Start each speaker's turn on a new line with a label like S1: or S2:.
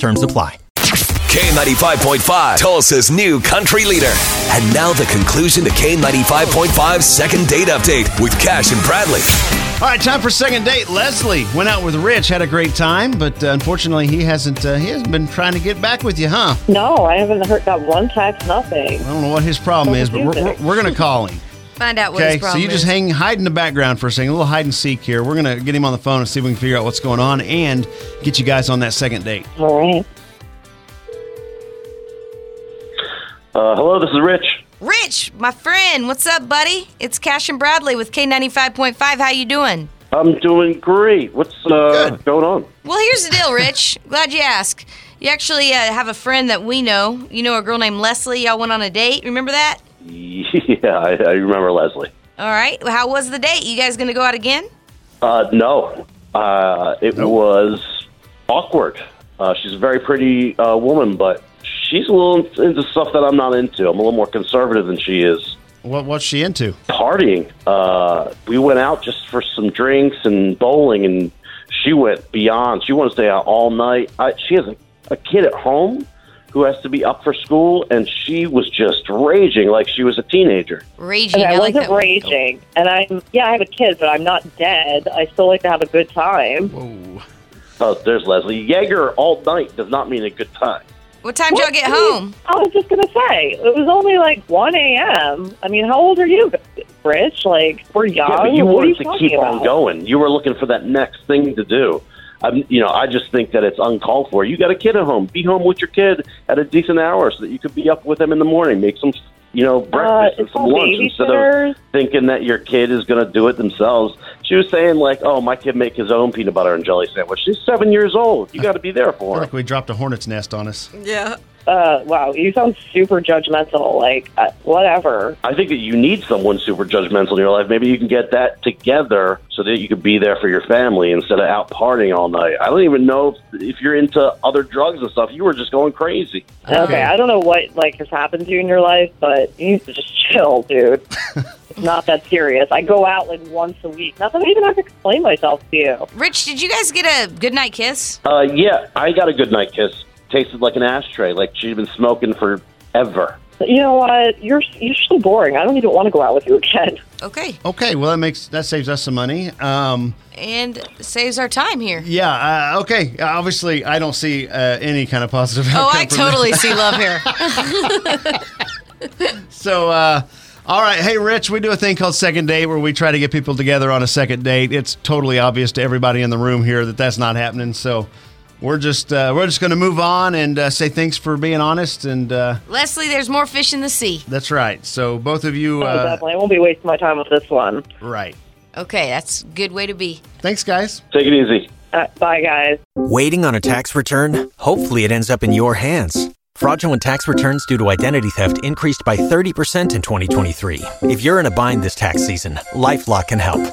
S1: Terms apply.
S2: K95.5, Tulsa's new country leader. And now the conclusion to K95.5's second date update with Cash and Bradley.
S3: All right, time for second date. Leslie went out with Rich, had a great time, but uh, unfortunately, he hasn't. Uh, he hasn't been trying to get back with you, huh?
S4: No, I haven't heard that one text, nothing.
S3: I don't know what his problem is, but we're, we're, we're going to call him.
S5: Find out what
S3: Okay,
S5: his
S3: so
S5: problem
S3: you just
S5: is.
S3: hang, hide in the background for a second, a little hide and seek here. We're going to get him on the phone and see if we can figure out what's going on and get you guys on that second date.
S4: All right.
S6: Uh, hello, this is Rich.
S5: Rich, my friend, what's up, buddy? It's Cash and Bradley with K95.5. How you doing?
S6: I'm doing great. What's uh,
S3: Good.
S6: going on?
S5: Well, here's the deal, Rich. Glad you asked. You actually uh, have a friend that we know. You know a girl named Leslie. Y'all went on a date. Remember that?
S6: Yeah, I, I remember Leslie.
S5: All right. How was the date? You guys gonna go out again?
S6: Uh, no, uh, it was awkward. Uh, she's a very pretty uh, woman, but she's a little into stuff that I'm not into. I'm a little more conservative than she is.
S3: What, what's she into?
S6: Partying. Uh, we went out just for some drinks and bowling, and she went beyond. She wanted to stay out all night. I, she has a, a kid at home who has to be up for school, and she was just raging like she was a teenager.
S5: Raging.
S4: Okay, I
S5: I like
S4: wasn't
S5: that word.
S4: raging, and I'm yeah, I have a kid, but I'm not dead. I still like to have a good time.
S3: Whoa.
S6: Oh, there's Leslie. Jaeger all night does not mean a good time.
S5: What time did y'all get home?
S4: I was just gonna say it was only like one a.m. I mean, how old are you, Rich? Like we're young.
S6: Yeah, but you
S4: what are you
S6: wanted to
S4: talking
S6: keep on
S4: about?
S6: going. You were looking for that next thing to do. I'm, you know, I just think that it's uncalled for. You got a kid at home. Be home with your kid at a decent hour so that you could be up with them in the morning. Make some, you know,
S4: Uh,
S6: breakfast and
S4: it's
S6: some
S4: all
S6: lunch instead of
S4: babysitters.
S6: thinking that your kid is going to do it themselves. She was saying like, "Oh, my kid make his own peanut butter and jelly sandwich." She's seven years old. You got to be there
S3: I feel
S6: for her.
S3: like we dropped a hornet's nest on us.
S5: Yeah.
S4: Uh, wow, you sound super judgmental. Like uh, whatever.
S6: I think that you need someone super judgmental in your life. Maybe you can get that together so that you could be there for your family instead of out partying all night. I don't even know if, if you're into other drugs and stuff. You were just going crazy.
S4: Okay. I don't know what like has happened to you in your life, but you need to just chill, dude. It's not that serious. I go out like once a week. Not that I even have to explain myself to you.
S5: Rich, did you guys get a good night kiss?
S6: Uh, yeah, I got a good night kiss. Tasted like an ashtray, like she'd been smoking forever.
S4: But you know what? You're you're so boring. I don't even want to go out with you again.
S5: Okay.
S3: Okay, well that makes that saves us some money. Um,
S5: And saves our time here.
S3: yeah, uh, okay. Obviously, I don't see uh, any kind of positive.
S5: Oh,
S3: outcome
S5: I
S3: from this.
S5: totally see love here.
S3: So, uh, all right. Hey, Rich, we do a thing called Second Date where we try to get people together on a second date. It's totally obvious to everybody in the room here that that's not happening. So, we're just uh, we're just going to move on and uh, say thanks for being honest. And uh,
S5: Leslie, there's more fish in the sea.
S3: that's right. So, both of you,
S4: So
S3: uh,
S4: definitely, I won't be wasting my time with this one.
S3: right?
S5: Okay, that's a good way to be.
S3: Thanks, guys.
S6: Take it easy.
S4: Uh, bye, guys.
S1: Waiting on a tax return? Hopefully, it ends up in your hands. Fraudulent tax returns due to identity theft increased by 30% in 2023. If you're in a bind this tax season, LifeLock can help.